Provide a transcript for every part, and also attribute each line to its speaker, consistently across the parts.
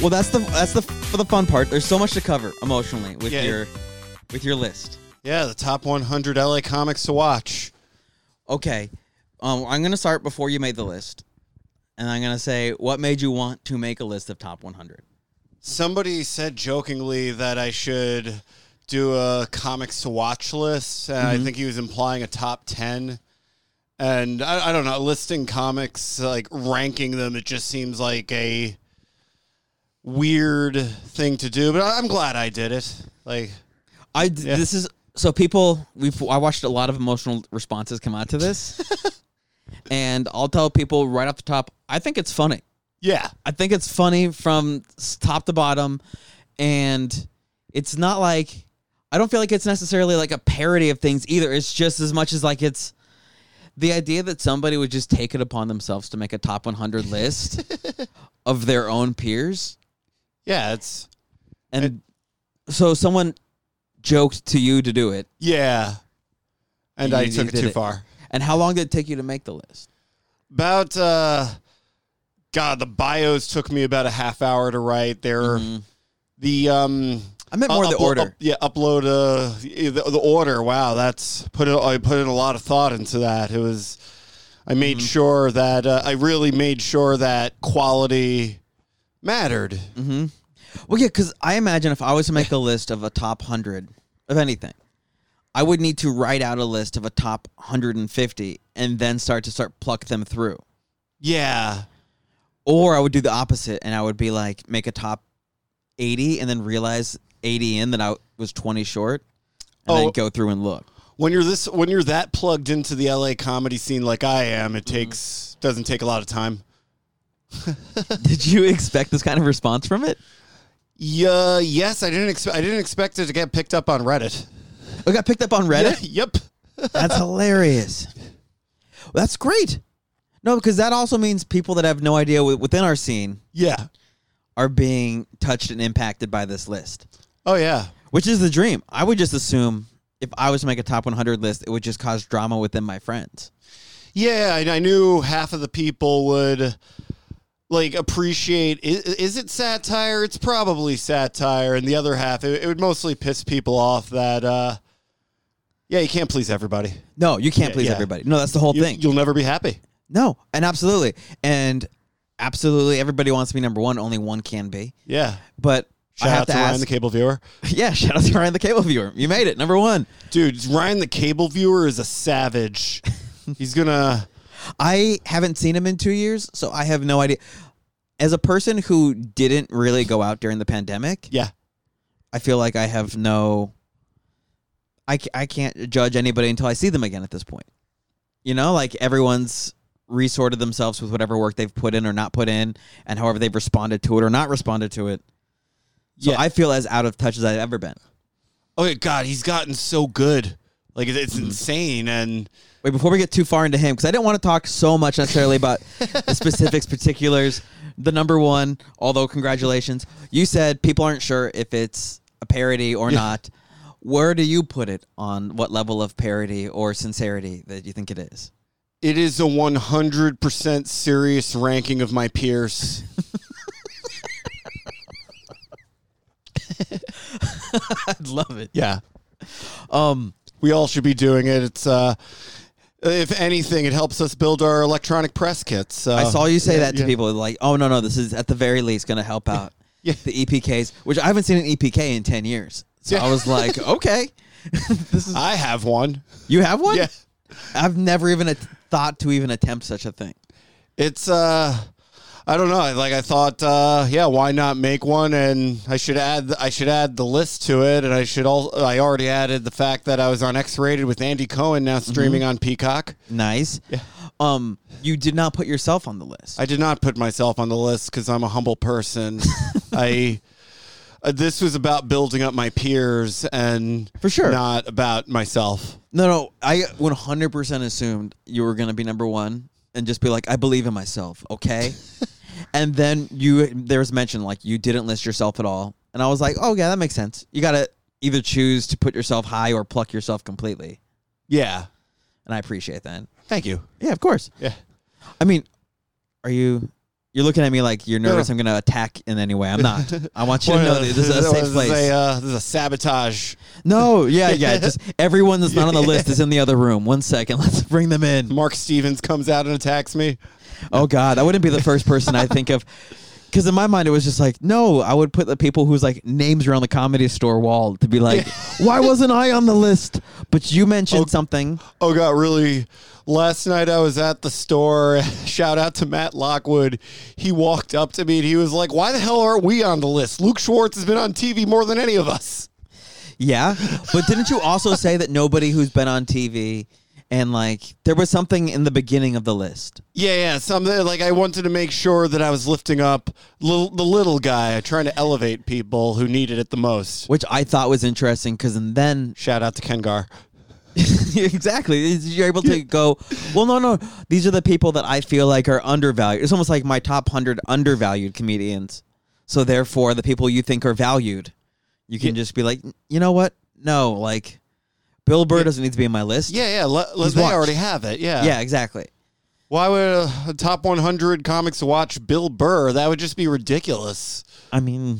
Speaker 1: Well, that's the that's the for the fun part. There's so much to cover emotionally with
Speaker 2: Yeah.
Speaker 1: your with your list.
Speaker 2: Yeah, the top 100 LA comics to watch.
Speaker 1: Okay, um, I'm gonna start before you made the list, and I'm gonna say what made you want to make a list of top 100.
Speaker 2: Somebody said jokingly that I should do a comics to watch list, and
Speaker 1: Mm-hmm.
Speaker 2: I think he was implying a top 10. And I, I don't know, listing comics, like ranking them, it just seems like a weird thing to do, but I, I'm glad I did it. Like,
Speaker 1: I d-
Speaker 2: Yeah.
Speaker 1: this is so people we've I watched a lot of emotional responses come out to this, and I'll tell people right off the top. I think it's funny.
Speaker 2: yeah,
Speaker 1: I think it's funny from s- top to bottom, and it's not like I don't feel like it's necessarily like a parody of things either. It's just as much as like it's the idea that somebody would just take it upon themselves to make a top 100 list of their own peers,
Speaker 2: yeah, it's,
Speaker 1: and so someone joked to you to do it.
Speaker 2: yeah. And
Speaker 1: You-
Speaker 2: I
Speaker 1: you
Speaker 2: took it
Speaker 1: did
Speaker 2: too
Speaker 1: it.
Speaker 2: far.
Speaker 1: And how long did it take you to make the list?
Speaker 2: about uh god the bios took me about a half hour to write They're the um
Speaker 1: I meant Mm-hmm. more
Speaker 2: uh,
Speaker 1: the
Speaker 2: uplo-
Speaker 1: order.
Speaker 2: up- yeah upload uh the, the order wow that's put in, i put in a lot of thought into that it was i made
Speaker 1: Mm-hmm.
Speaker 2: sure that uh, i really made sure that quality mattered
Speaker 1: Mm-hmm. Well, yeah, because I imagine if I was to make a list of a top 100 of anything, I would need to write out a list of a top 150 and then start to start pluck them through.
Speaker 2: yeah
Speaker 1: Or I would do the opposite and I would be like, make a top 80 and then realize 80 in that I was 20 short and then
Speaker 2: Oh.
Speaker 1: go through and look.
Speaker 2: when you're this when you're that plugged into the la comedy scene like i am
Speaker 1: Mm-hmm.
Speaker 2: it takes doesn't take a lot of time
Speaker 1: Did you expect this kind of response from it?
Speaker 2: yeah yes i didn't expect i didn't expect it to get picked up on reddit
Speaker 1: It Oh, got picked up on Reddit?
Speaker 2: Yeah, yep.
Speaker 1: That's hilarious. That's great. No, because that also means people that have no idea wi- within our scene
Speaker 2: Yeah.
Speaker 1: are being touched and impacted by this list,
Speaker 2: Oh yeah.
Speaker 1: which is the dream. I would just assume if I was to make a top 100 list, it would just cause drama within my friends.
Speaker 2: Yeah, and I knew half of the people would like appreciate is, is it satire? It's probably satire, and the other half it, it would mostly piss people off that uh yeah, you can't please everybody.
Speaker 1: No, you can't
Speaker 2: Yeah,
Speaker 1: please
Speaker 2: yeah.
Speaker 1: everybody. No, that's the whole
Speaker 2: You,
Speaker 1: thing.
Speaker 2: will never be happy.
Speaker 1: no, and absolutely. And absolutely, everybody wants to be number one. Only one can be.
Speaker 2: Yeah.
Speaker 1: But
Speaker 2: Shout
Speaker 1: I have
Speaker 2: out
Speaker 1: to,
Speaker 2: to, Ryan
Speaker 1: ask.
Speaker 2: the Cable Viewer.
Speaker 1: yeah, shout out to Ryan the Cable Viewer. You made it, number one.
Speaker 2: Dude, Ryan the Cable Viewer is a savage. He's gonna
Speaker 1: I haven't seen him in two years, so I have no idea. As a person who didn't really go out during the pandemic,
Speaker 2: Yeah.
Speaker 1: I feel like I have no. I, ca- I can't judge anybody until I see them again at this point. You know, like everyone's resorted themselves with whatever work they've put in or not put in, and however they've responded to it or not responded to it. So
Speaker 2: Yeah.
Speaker 1: I feel as out of touch as I've ever been.
Speaker 2: Oh yeah, God, he's gotten so good. Like it- it's insane and
Speaker 1: Wait, before we get too far into him, because I didn't want to talk so much necessarily about the specifics, particulars, the number one, although congratulations. You said people aren't sure if it's a parody or not. Where do you put it on what level of parody or sincerity that you think it is?
Speaker 2: It is a 100% serious ranking of my peers.
Speaker 1: I'd love it.
Speaker 2: Yeah.
Speaker 1: Um,
Speaker 2: We all should be doing it. It's uh if anything, it helps us build our electronic press kits. So.
Speaker 1: I saw you say
Speaker 2: Yeah,
Speaker 1: that to
Speaker 2: yeah.
Speaker 1: people like, oh, no, no, this is at the very least going to help out
Speaker 2: Yeah.
Speaker 1: the EPKs, which I haven't seen an EPK in 10 years. So
Speaker 2: Yeah.
Speaker 1: I was like, okay, this is,
Speaker 2: I have one.
Speaker 1: you have one?
Speaker 2: Yeah.
Speaker 1: I've never even at- thought to even attempt such a thing.
Speaker 2: It's uh I don't know. Like I thought uh yeah, why not make one and I should add I should add the list to it and I should all I already added the fact that I was on X-rated with Andy Cohen
Speaker 1: Mm-hmm.
Speaker 2: now streaming on Peacock.
Speaker 1: Nice. Um, you did not put yourself on the list.
Speaker 2: I did not put myself on the list because I'm a humble person. I uh, this was about building up my peers and
Speaker 1: For sure.
Speaker 2: not about myself.
Speaker 1: no, no, I 100% assumed you were going to be number one and just be like, I believe in myself, okay? and then you, there was mention like you didn't list yourself at all. And I was like, oh, yeah, that makes sense. You got to either choose to put yourself high or pluck yourself completely.
Speaker 2: Yeah.
Speaker 1: And I appreciate that.
Speaker 2: Thank you.
Speaker 1: Yeah, of course.
Speaker 2: Yeah.
Speaker 1: I mean, are you You're looking at me like you're nervous. I'm gonna attack in any way. I'm not. I want you to know that this is a safe place.
Speaker 2: This is a, uh, this is a sabotage.
Speaker 1: no, yeah, yeah. Just everyone that's not on the list is in the other room. One second, let's bring them in.
Speaker 2: Mark Stevens comes out and attacks me.
Speaker 1: Oh God, I wouldn't be the first person I think of. Because in my mind, it was just like, no, I would put the people whose like names are on the comedy store wall to be like, why wasn't I on the list? But you mentioned something.
Speaker 2: Oh god, really? Last night I was at the store. Shout out to Matt Lockwood. He walked up to me and he was like, "Why the hell aren't we on the list? Luke Schwartz has been on TV more than any of us."
Speaker 1: Yeah, but didn't you also say that nobody who's been on TV and like there was something in the beginning of the list?
Speaker 2: Yeah, yeah. Something like I wanted to make sure that I was lifting up little, the little guy, trying to elevate people who needed it the most.
Speaker 1: which I thought was interesting because then
Speaker 2: Shout out to Kengar.
Speaker 1: exactly is you're able to go well no no these are the people that I feel like are undervalued it's almost like my top 100 undervalued comedians so therefore the people you think are valued you can just be like you know what no like Bill Burr doesn't need to be on my list
Speaker 2: Yeah, yeah. Let, let,
Speaker 1: He's
Speaker 2: they
Speaker 1: watched.
Speaker 2: already have it. Yeah.
Speaker 1: yeah exactly
Speaker 2: Why would a, a top 100 comics watch Bill Burr? That would just be ridiculous.
Speaker 1: I mean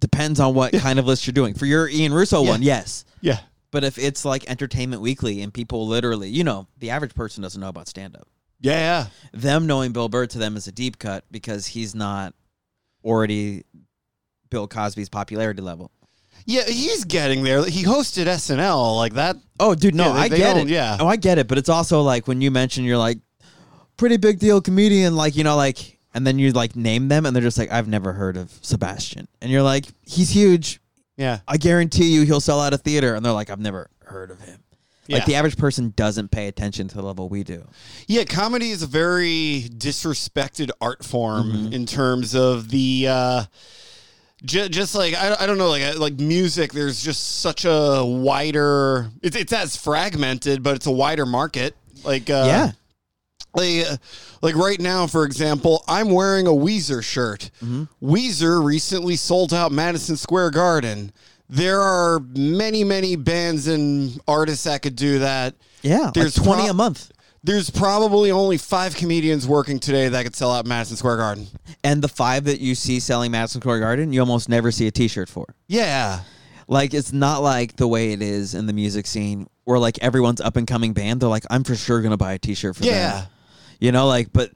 Speaker 1: depends on what kind of list you're doing for your Ian Russo one yes
Speaker 2: Yeah.
Speaker 1: but if it's like Entertainment Weekly and people literally you know the average person doesn't know about stand up
Speaker 2: Yeah.
Speaker 1: them knowing Bill Burr to them is a deep cut because he's not already Bill Cosby's popularity level.
Speaker 2: Yeah. He's getting there. He hosted SNL like that.
Speaker 1: Oh, dude, no,
Speaker 2: Yeah, they-
Speaker 1: I
Speaker 2: they
Speaker 1: get
Speaker 2: don't-
Speaker 1: it.
Speaker 2: yeah.
Speaker 1: oh, I get it. But it's also like when you mention you're like pretty big deal comedian, like you know, like, and then you like name them, and they're just like, I've never heard of Sebastian, and you're like, he's huge.
Speaker 2: Yeah.
Speaker 1: I guarantee you, he'll sell out a theater, and they're like, I've never heard of him.
Speaker 2: Yeah.
Speaker 1: Like the average person doesn't pay attention to the level we do.
Speaker 2: Yeah, comedy is a very disrespected art form in terms of the uh, ju- just like I, I don't know like uh, like music. There's just such a wider. It's it's as fragmented, but it's a wider market. Like uh,
Speaker 1: yeah.
Speaker 2: like, uh, like right now, for example, I'm wearing a Weezer shirt. Weezer recently sold out Madison Square Garden. There are many, many bands and artists that could do that.
Speaker 1: Yeah. There's
Speaker 2: There's
Speaker 1: 20
Speaker 2: pro-
Speaker 1: a month.
Speaker 2: There's probably only five comedians working today that could sell out Madison Square Garden.
Speaker 1: and the five that you see selling Madison Square Garden, you almost never see a T-shirt for.
Speaker 2: Yeah.
Speaker 1: Like it's not like the way it is in the music scene, where like everyone's up and coming band. They're like, I'm for sure gonna buy a T-shirt for
Speaker 2: Yeah.
Speaker 1: them. you know, like but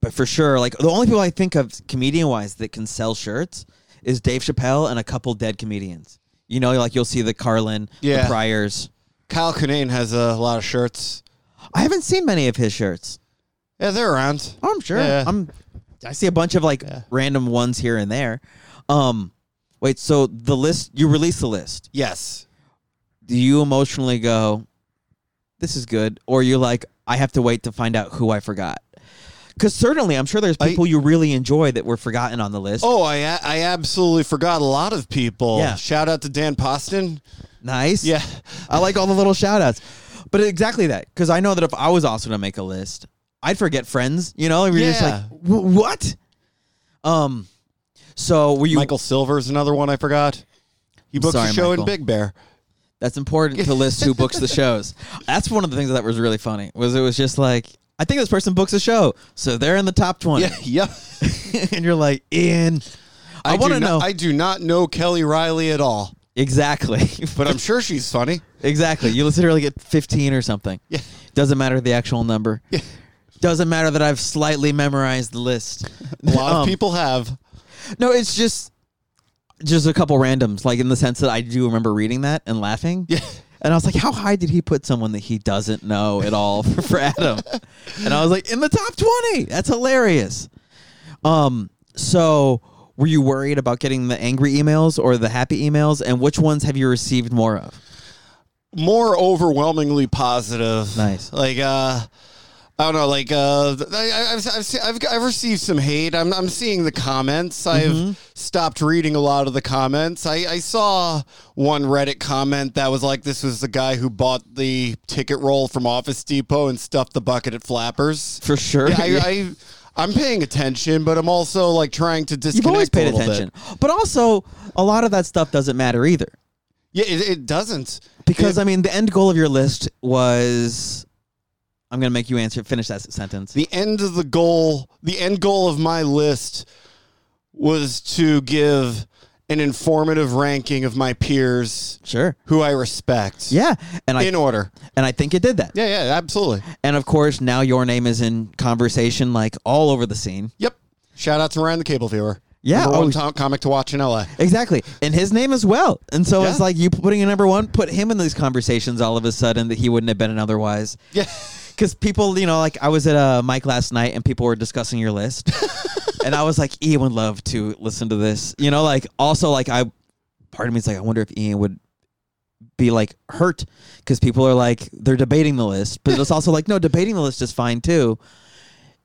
Speaker 1: but for sure, like the only people I think of comedian wise that can sell shirts is Dave Chappelle and a couple dead comedians. You know, like you'll see the Carlin,
Speaker 2: Yeah.
Speaker 1: the Pryors.
Speaker 2: Kyle Kinane has a lot of shirts.
Speaker 1: I haven't seen many of his shirts.
Speaker 2: Yeah, they're around.
Speaker 1: Oh, I'm sure.
Speaker 2: Yeah.
Speaker 1: I'm. I see a bunch of like random ones here and there. Um, wait. So the list you release the list.
Speaker 2: Yes.
Speaker 1: Do you emotionally go, "This is good," or you're like, "I have to wait to find out who I forgot"? Because certainly, I'm sure there's
Speaker 2: I-
Speaker 1: people you really enjoy that were forgotten on the list.
Speaker 2: Oh, I I absolutely forgot a lot of people.
Speaker 1: Yeah.
Speaker 2: Shout out to Dan Poston.
Speaker 1: nice.
Speaker 2: Yeah.
Speaker 1: I like all the little shout outs. But exactly that, because I know that if I was also to make a list, I'd forget friends. You know, and you're just
Speaker 2: Yeah.
Speaker 1: like, "Wh- "What?" Um. So were you?
Speaker 2: Michael Silver's another one I forgot. He booked
Speaker 1: Sorry,
Speaker 2: a show
Speaker 1: Michael.
Speaker 2: in Big Bear.
Speaker 1: That's important to list who books the shows. That's one of the things that was really funny was it was just like I think this person books a show, so they're in the top twenty,
Speaker 2: Yeah, yeah.
Speaker 1: and you're like Ian. I,
Speaker 2: do
Speaker 1: want to
Speaker 2: not-
Speaker 1: know
Speaker 2: I do not know Kelly Riley at all,
Speaker 1: exactly,
Speaker 2: but I'm sure she's funny.
Speaker 1: exactly. You literally get fifteen or something.
Speaker 2: Yeah.
Speaker 1: doesn't matter the actual number. Doesn't matter that I've slightly memorized the list.
Speaker 2: A lot
Speaker 1: Um,
Speaker 2: of people have.
Speaker 1: No, it's just just a couple randoms, like in the sense that I do remember reading that and laughing.
Speaker 2: Yeah.
Speaker 1: And I was like, how high did he put someone that he doesn't know at all for, for Adam? and I was like, in the top twenty. That's hilarious. Um, so were you worried about getting the angry emails or the happy emails? And which ones have you received more of?
Speaker 2: more overwhelmingly positive.
Speaker 1: Nice.
Speaker 2: Like uh I don't know, like uh, th- I, I- I've, I've, se- I've, I've received some hate. I'm, I'm seeing the comments.
Speaker 1: Mm-hmm.
Speaker 2: I've stopped reading a lot of the comments. I, I saw one Reddit comment that was like, "This was the guy who bought the ticket roll from Office Depot and stuffed the bucket at Flappers."
Speaker 1: For sure.
Speaker 2: Yeah, I, I, I'm paying attention, but I'm also like trying to disconnect.
Speaker 1: You've always
Speaker 2: a
Speaker 1: paid
Speaker 2: little
Speaker 1: attention. But also a lot of that stuff doesn't matter either.
Speaker 2: Bit. Yeah, it, it doesn't
Speaker 1: Because I mean, the end goal of your list was, I I'm gonna make you answer. Finish that s- sentence.
Speaker 2: The end of the goal, the end goal of my list was to give an informative ranking of my peers
Speaker 1: sure.
Speaker 2: who I respect.
Speaker 1: Yeah, and I
Speaker 2: In order.
Speaker 1: and I think it did that.
Speaker 2: Yeah, yeah, absolutely.
Speaker 1: And of course, now your name is in conversation like all over the scene.
Speaker 2: Yep. Shout out to Ryan the Cable Viewer.
Speaker 1: Yeah,
Speaker 2: Number one
Speaker 1: oh,
Speaker 2: to- comic to watch in LA.
Speaker 1: Exactly, and his name as well. And so it's
Speaker 2: Yeah.
Speaker 1: like you putting in number one put him in these conversations all of a sudden that he wouldn't have been in otherwise.
Speaker 2: Yeah.
Speaker 1: because people, you know, like I was at a mic last night and people were discussing your list, and I was like, Ian would love to listen to this, you know, like also like I, part of me is like, I wonder if Ian would be like hurt because people are like they're debating the list, but it's also like no, debating the list is fine too.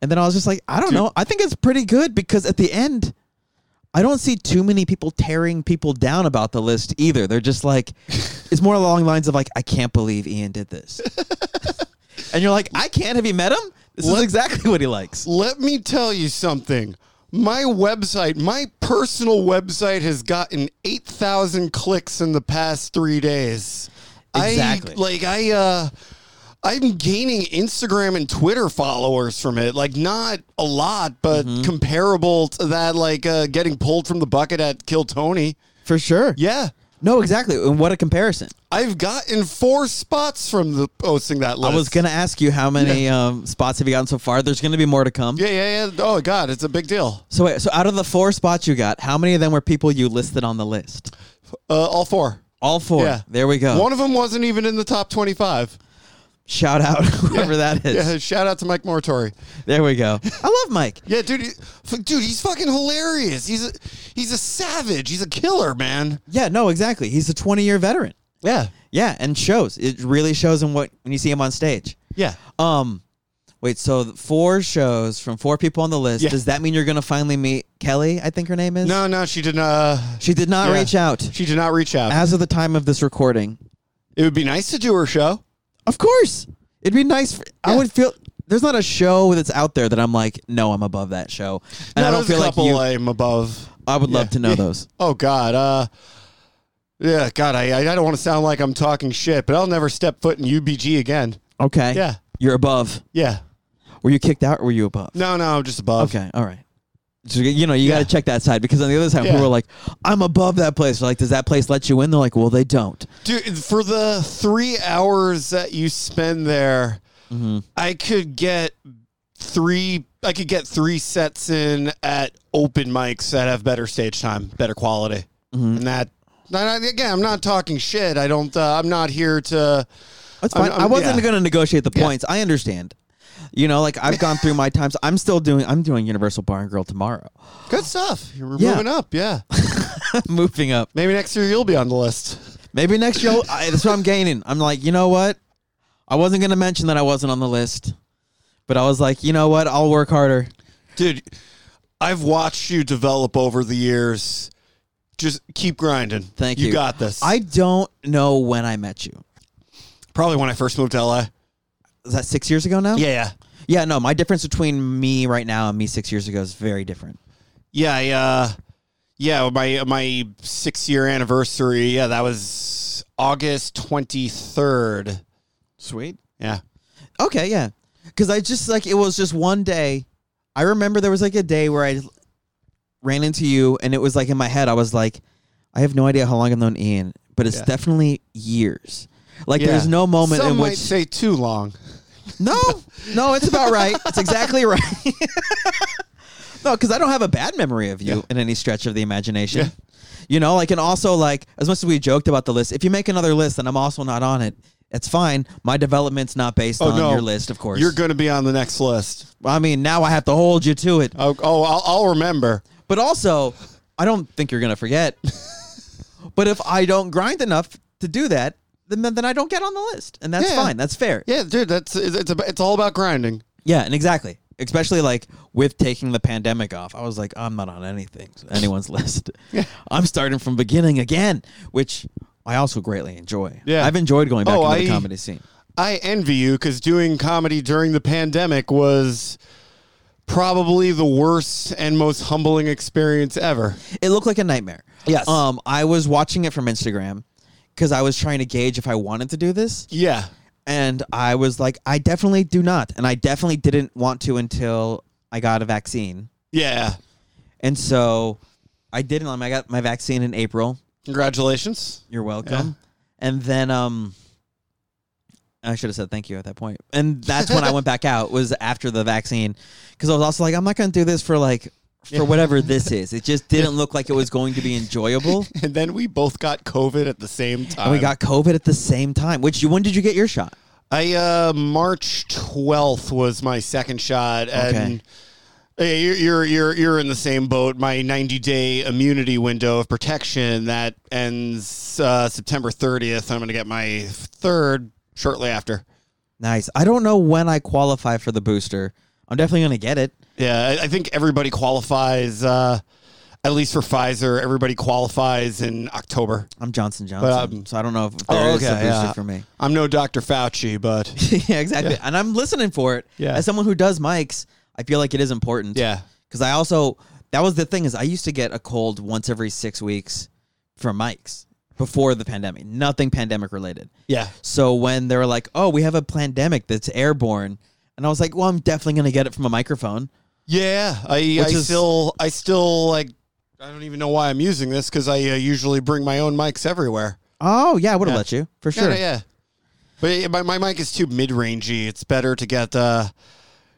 Speaker 1: And then I was just like, I don't know, I think it's pretty good because at the end. I don't see too many people tearing people down about the list either. They're just like, it's more along the lines of like, I can't believe Ian did this. And you're like, I can't. Have you met him? This is exactly what he likes.
Speaker 2: Let me tell you something. My website, my personal website, has gotten eight thousand clicks in the past three days.
Speaker 1: Exactly.
Speaker 2: I, like I, uh, I'm gaining Instagram and Twitter followers from it. Like not a lot, but
Speaker 1: Mm-hmm.
Speaker 2: comparable to that. Like uh, getting pulled from the bucket at Kill Tony.
Speaker 1: For sure.
Speaker 2: Yeah,
Speaker 1: No, exactly. And what a comparison.
Speaker 2: I've gotten four spots from the posting that list.
Speaker 1: I was going to ask you how many um, spots have you gotten so far? There's going to be more to come.
Speaker 2: Yeah, yeah, yeah. Oh God, it's a big deal.
Speaker 1: So, wait, so out of the four spots you got, how many of them were people you listed on the list?
Speaker 2: Uh, all four.
Speaker 1: All four.
Speaker 2: Yeah.
Speaker 1: There we go.
Speaker 2: One of them wasn't even in the top 25.
Speaker 1: Shout out whoever that is.
Speaker 2: Yeah, shout out to Mike Moratori.
Speaker 1: There we go. I love Mike.
Speaker 2: Yeah, dude, he- f- dude, he's fucking hilarious. He's a he's a savage. He's a killer, man.
Speaker 1: Yeah, no, exactly. He's a 20 year veteran.
Speaker 2: Yeah,
Speaker 1: Yeah, and shows. It really shows in what when you see him on stage.
Speaker 2: yeah.
Speaker 1: Um, wait. So th- four shows from four people on the list.
Speaker 2: Yeah.
Speaker 1: Does that mean you're gonna finally meet Kelly? I think her name is.
Speaker 2: No, no, she did not.
Speaker 1: she did not
Speaker 2: Yeah.
Speaker 1: reach out
Speaker 2: She did not reach out.
Speaker 1: as of the time of this recording.
Speaker 2: It would be nice to do her show.
Speaker 1: Of course, it'd be nice. For, I
Speaker 2: Yeah.
Speaker 1: would feel there's not a show that's out there that I'm like, no, I'm above that show, and
Speaker 2: No,
Speaker 1: I don't
Speaker 2: there's a
Speaker 1: feel like
Speaker 2: couple
Speaker 1: you.
Speaker 2: I'm above.
Speaker 1: I would love
Speaker 2: Yeah.
Speaker 1: to know
Speaker 2: Yeah.
Speaker 1: those.
Speaker 2: Oh God. Uh, yeah, God, I I I don't want to sound like I'm talking shit, but I'll never step foot in UBG again.
Speaker 1: Okay.
Speaker 2: Yeah.
Speaker 1: You're above.
Speaker 2: Yeah.
Speaker 1: Were you kicked out or were you above?
Speaker 2: No, no, I'm just above.
Speaker 1: Okay. All right. So, you know, you
Speaker 2: Yeah.
Speaker 1: got to check that side because on the other side, people
Speaker 2: Yeah.
Speaker 1: are like, I'm above that place. We're like, does that place let you in? They're like, well, they don't.
Speaker 2: Dude, for the three hours that you spend there, I could get three. I could get three sets in at open mics that have better stage time, better quality, and that. and I- again, I'm not talking shit. I don't. Uh, I'm not here to.
Speaker 1: That's
Speaker 2: I'm-
Speaker 1: fine. I'm, I
Speaker 2: I'm-
Speaker 1: was not
Speaker 2: yeah.
Speaker 1: going to negotiate the points. I understand. You know, like I've gone through my times. I'm still doing. I'm doing Universal Bar and Grill tomorrow.
Speaker 2: Good stuff. You're
Speaker 1: Yeah.
Speaker 2: moving up. Yeah.
Speaker 1: Moving up.
Speaker 2: Maybe next year you'll be on the list.
Speaker 1: Maybe next year. I, that's what I'm gaining. I'm like, you know what? I wasn't going to mention that I wasn't on the list, but I was like, you know what? I'll work harder.
Speaker 2: dude i've watched you develop over the years just keep grinding
Speaker 1: Thank you.
Speaker 2: you got this
Speaker 1: I don't know when I met you.
Speaker 2: probably when i first moved to la
Speaker 1: Is that six years ago now?
Speaker 2: yeah
Speaker 1: Yeah. No, my difference between me right now and me six years ago is very different.
Speaker 2: yeah I, uh, yeah my my six year anniversary yeah that was august 23rd
Speaker 1: Sweet.
Speaker 2: yeah
Speaker 1: Okay, yeah. Because I just like it was just one day. I remember there was like a day where I ran into you, and it was like in my head, I was like, I have no idea how long I've known Ian, but it's
Speaker 2: Yeah.
Speaker 1: definitely years. Like
Speaker 2: yeah.
Speaker 1: there's no moment
Speaker 2: Some
Speaker 1: in
Speaker 2: might
Speaker 1: which
Speaker 2: say too long
Speaker 1: no, no, it's about right. It's exactly right. no, because I don't have a bad memory of you
Speaker 2: Yeah.
Speaker 1: in any stretch of the imagination. You know, like, and also, like, as much as we joked about the list, if you make another list and I'm also not on it, it's fine. My development's not based on
Speaker 2: Oh, no.
Speaker 1: your list, of course.
Speaker 2: you're gonna be on the next list
Speaker 1: I mean, now I have to hold you to it.
Speaker 2: oh, oh I'll, I'll remember
Speaker 1: But also, I don't think you're gonna forget. but if I don't grind enough to do that, then then I don't get on the list, and that's
Speaker 2: Yeah.
Speaker 1: fine. That's fair.
Speaker 2: yeah dude that's it's, it's, about, it's all about grinding
Speaker 1: Yeah, and exactly. Especially like with taking the pandemic off, I was like, I'm not on anything, anyone's list.
Speaker 2: Yeah.
Speaker 1: I'm starting from beginning again, which I also greatly enjoy.
Speaker 2: Yeah.
Speaker 1: I've enjoyed going back
Speaker 2: Oh,
Speaker 1: into the
Speaker 2: I-
Speaker 1: comedy scene.
Speaker 2: I envy you because doing comedy during the pandemic was probably the worst and most humbling experience ever.
Speaker 1: It looked like a nightmare.
Speaker 2: Yes.
Speaker 1: Um, I was watching it from Instagram because I was trying to gauge if I wanted to do this.
Speaker 2: Yeah.
Speaker 1: And I was like, I definitely do not. And I definitely didn't want to until I got a vaccine.
Speaker 2: Yeah.
Speaker 1: And so I didn't. I got my vaccine in April.
Speaker 2: Congratulations.
Speaker 1: You're welcome. And then um I should have said thank you at that point. And that's when I went back out was after the vaccine cuz I was also like I'm not going to do this for like for
Speaker 2: Yeah.
Speaker 1: whatever this is. It just didn't look like it was going to be enjoyable.
Speaker 2: And then we both got COVID at the same time.
Speaker 1: And we got COVID at the same time. Which you when did you get your shot?
Speaker 2: I uh, March twelfth was my second shot, and Yeah, you're, you're you're you're in the same boat. My 90 day immunity window of protection that ends uh, September 30th. I'm going to get my third shortly after.
Speaker 1: Nice. I don't know when I qualify for the booster. I'm definitely going to get it.
Speaker 2: Yeah, I, I think everybody qualifies. Uh, at least for Pfizer, everybody qualifies in October.
Speaker 1: I'm Johnson Johnson,
Speaker 2: um,
Speaker 1: so I don't know if there is a
Speaker 2: okay,
Speaker 1: booster
Speaker 2: yeah.
Speaker 1: for me.
Speaker 2: I'm no Dr. Fauci, but
Speaker 1: yeah, exactly. And I'm listening for it.
Speaker 2: Yeah.
Speaker 1: As someone who does mics, I feel like it is important.
Speaker 2: yeah,
Speaker 1: Because I also that was the thing is I used to get a cold once every six weeks from mics before the pandemic. Nothing pandemic related.
Speaker 2: yeah.
Speaker 1: So when they were like, "Oh, we have a pandemic that's airborne," and I was like, "Well, I'm definitely gonna get it from a microphone."
Speaker 2: Yeah, I, I
Speaker 1: is-
Speaker 2: still, I still like, I don't even know why I'm using this because I uh, usually bring my own mics everywhere.
Speaker 1: Oh yeah, I would have let you for sure.
Speaker 2: Yeah, yeah. But yeah, my, my mic is too mid rangey. It's better to get uh,